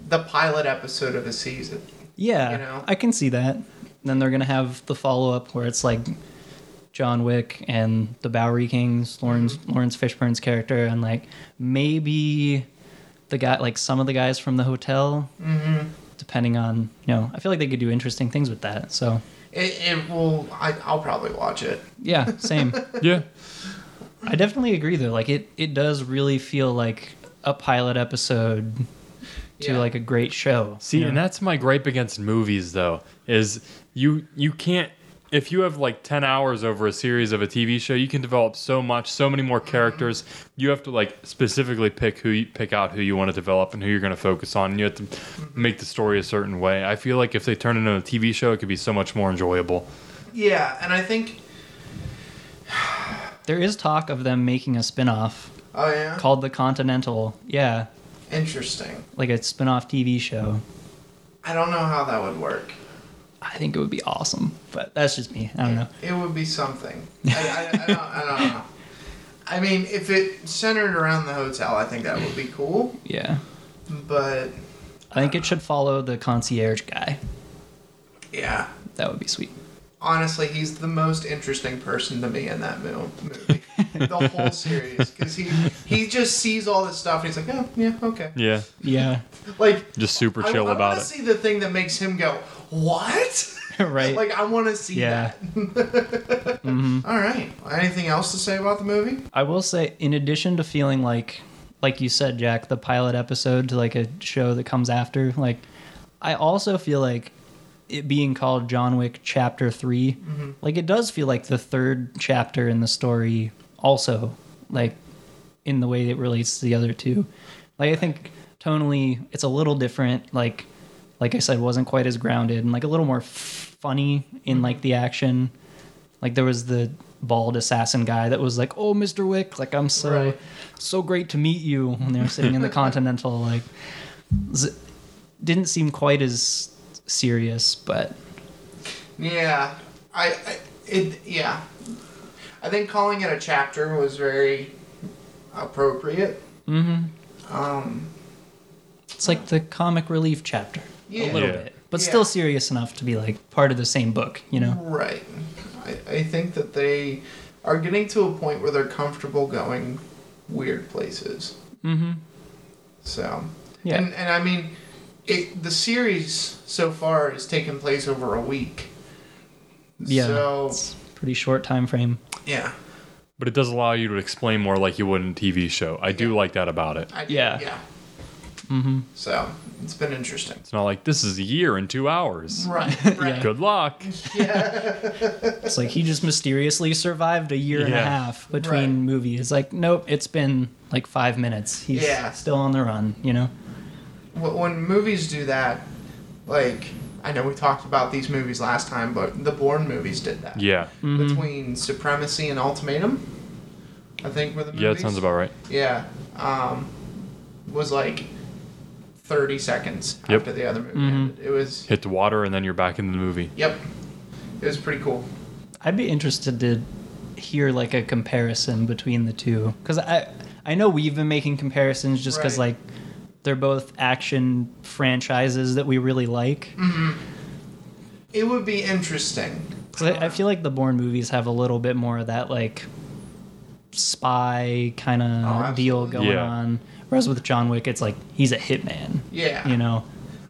S3: the pilot episode of a season.
S1: Yeah,
S3: you know?
S1: I can see that. Then they're gonna have the follow up where it's like John Wick and the Bowery Kings,
S3: Mm-hmm.
S1: Lawrence Lawrence Fishburne's character, and like maybe the guy, like some of the guys from the hotel. Mm-hmm. Depending on you know, I feel like they could do interesting things with that. So
S3: It, it will. I, I'll probably watch it.
S1: yeah, same.
S2: Yeah.
S1: I definitely agree though. Like it, it does really feel like a pilot episode to
S3: Yeah.
S1: like a great show.
S2: See, and that's my gripe against movies though, is you you can't if you have like 10 hours over a series of a TV show, you can develop so much, so many more characters. You have to like specifically pick who you pick out who you want to develop and who you're going to focus on. And you have to make the story a certain way. I feel like if they turn it into a TV show, it could be so much more enjoyable.
S3: Yeah, and I think.
S1: There is talk of them making a spin off
S3: Oh yeah.
S1: called The Continental. Yeah,
S3: Interesting.
S1: like a spin-off TV show.
S3: I don't know how that would work.
S1: I think it would be awesome, but that's just me. I don't know.
S3: It would be something. I, I, I, don't, I don't know. I mean, if it centered around the hotel, I think that would be cool.
S1: Yeah.
S3: But
S1: I think it should follow the concierge guy.
S3: yeah,
S1: That would be sweet.
S3: honestly, he's the most interesting person to me in that mo- movie, the whole series, because he he just sees all this stuff. And he's like, oh yeah, okay.
S2: Yeah.
S1: Yeah.
S3: Like
S2: Just super
S3: I-
S2: chill
S3: I,
S2: about it.
S3: want to see the thing that makes him go, what?
S1: right.
S3: like I want to see
S1: Yeah.
S3: that. All right. Anything else to say about the movie?
S1: I will say in addition to feeling like like you said Jack, the pilot episode to like a show that comes after, like I also feel like it being called John Wick Chapter 3, like it does feel like the third chapter in the story also, like in the way it relates to the other two. Like I think tonally it's a little different, like like I said wasn't quite as grounded and like a little more f- funny in like the action. Like there was the bald assassin guy that was like, "Oh, Mr. Wick, like I'm so
S3: Right.
S1: so great to meet you." When they were sitting in the Continental, like z- didn't seem quite as serious, but
S3: Yeah, I, I it yeah, I think calling it a chapter was very appropriate.
S1: mm-hmm. it's like the comic relief chapter
S3: Yeah,
S1: a little
S2: Yeah.
S1: bit, but
S3: Yeah.
S1: still serious enough to be like part of the same book, you know?
S3: right. I, I think that they are getting to a point where they're comfortable going weird places.
S1: Mm-hmm.
S3: So
S1: Yeah.
S3: and and I mean, it the series so far has taken place over a week.
S1: Yeah.
S3: So
S1: It's pretty short time frame.
S3: yeah,
S2: But it does allow you to explain more like you would in a TV show. I do like that about it.
S3: I,
S1: Yeah.
S3: yeah.
S1: Mm-hmm.
S3: So it's been interesting.
S2: It's not like this is a year in 2 hours.
S3: Right. Right.
S2: Good luck.
S1: It's like he just mysteriously survived a year and a
S2: Yeah.
S1: half between
S3: Right.
S1: movies. Like, nope, it's been like five minutes. He's
S3: Yeah.
S1: still on the run, you know?
S3: Wh- when movies do that, like I know we talked about these movies last time, but the Bourne movies did that.
S2: Yeah.
S3: Between Supremacy and Ultimatum, I think were the movies.
S2: Yeah, that sounds about right.
S3: Yeah, um, was like 30 seconds
S2: Yep.
S3: after the other movie
S1: Mhm.
S3: ended. It was,
S2: Hit the water and then you're back in the movie.
S3: yep, it was pretty cool.
S1: I'd be interested to hear like a comparison between the two because I I know we've been making comparisons just because
S3: Right.
S1: like they're both action franchises that we really like.
S3: It would be interesting.
S1: 'Cause I, I feel like the Bourne movies have a little bit more of that like spy kind of
S3: Oh, absolutely.
S1: deal going
S2: Yeah.
S1: on, whereas with John Wick it's like he's a hitman.
S3: Yeah.
S1: you know,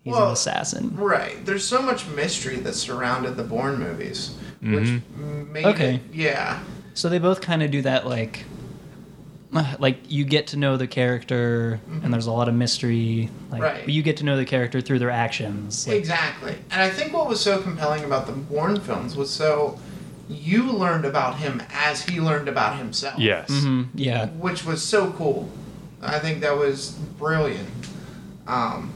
S1: he's
S3: Well,
S1: an assassin.
S3: Right. There's so much mystery that surrounded the Bourne movies, which made
S1: Okay.
S3: it, yeah,
S1: So they both kind of do that, like, uh, like you get to know the character, and there's a lot of mystery. Like,
S3: Right.
S1: But you get to know the character through their actions. Like,
S3: exactly. And I think what was so compelling about the Bourne films was so you learned about him as he learned about himself.
S2: Yes.
S1: Mhm, yeah.
S3: Which was so cool. I think that was brilliant. Um,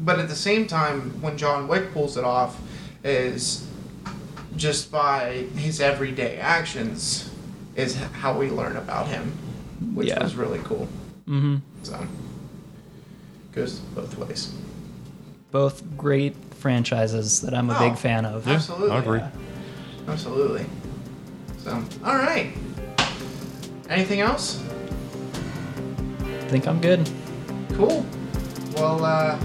S3: but at the same time, when John Wick pulls it off, is just by his everyday actions is how we learn about him, which
S1: Yeah.
S3: was really cool.
S1: hmm
S3: So goes both ways.
S1: Both great franchises that I'm a
S3: Oh,
S1: big fan of.
S2: Yeah,
S3: Absolutely.
S2: I agree.
S3: Absolutely. So, all right. Anything else?
S1: I think I'm good.
S3: Cool. Well, uh,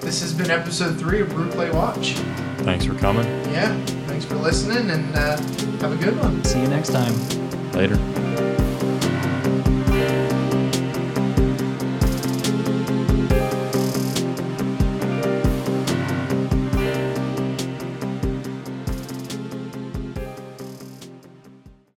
S3: this has been episode three of Brew Play Watch.
S2: Thanks for coming.
S3: Yeah. Thanks for listening, and uh, have a good one.
S1: See you next time.
S2: Later.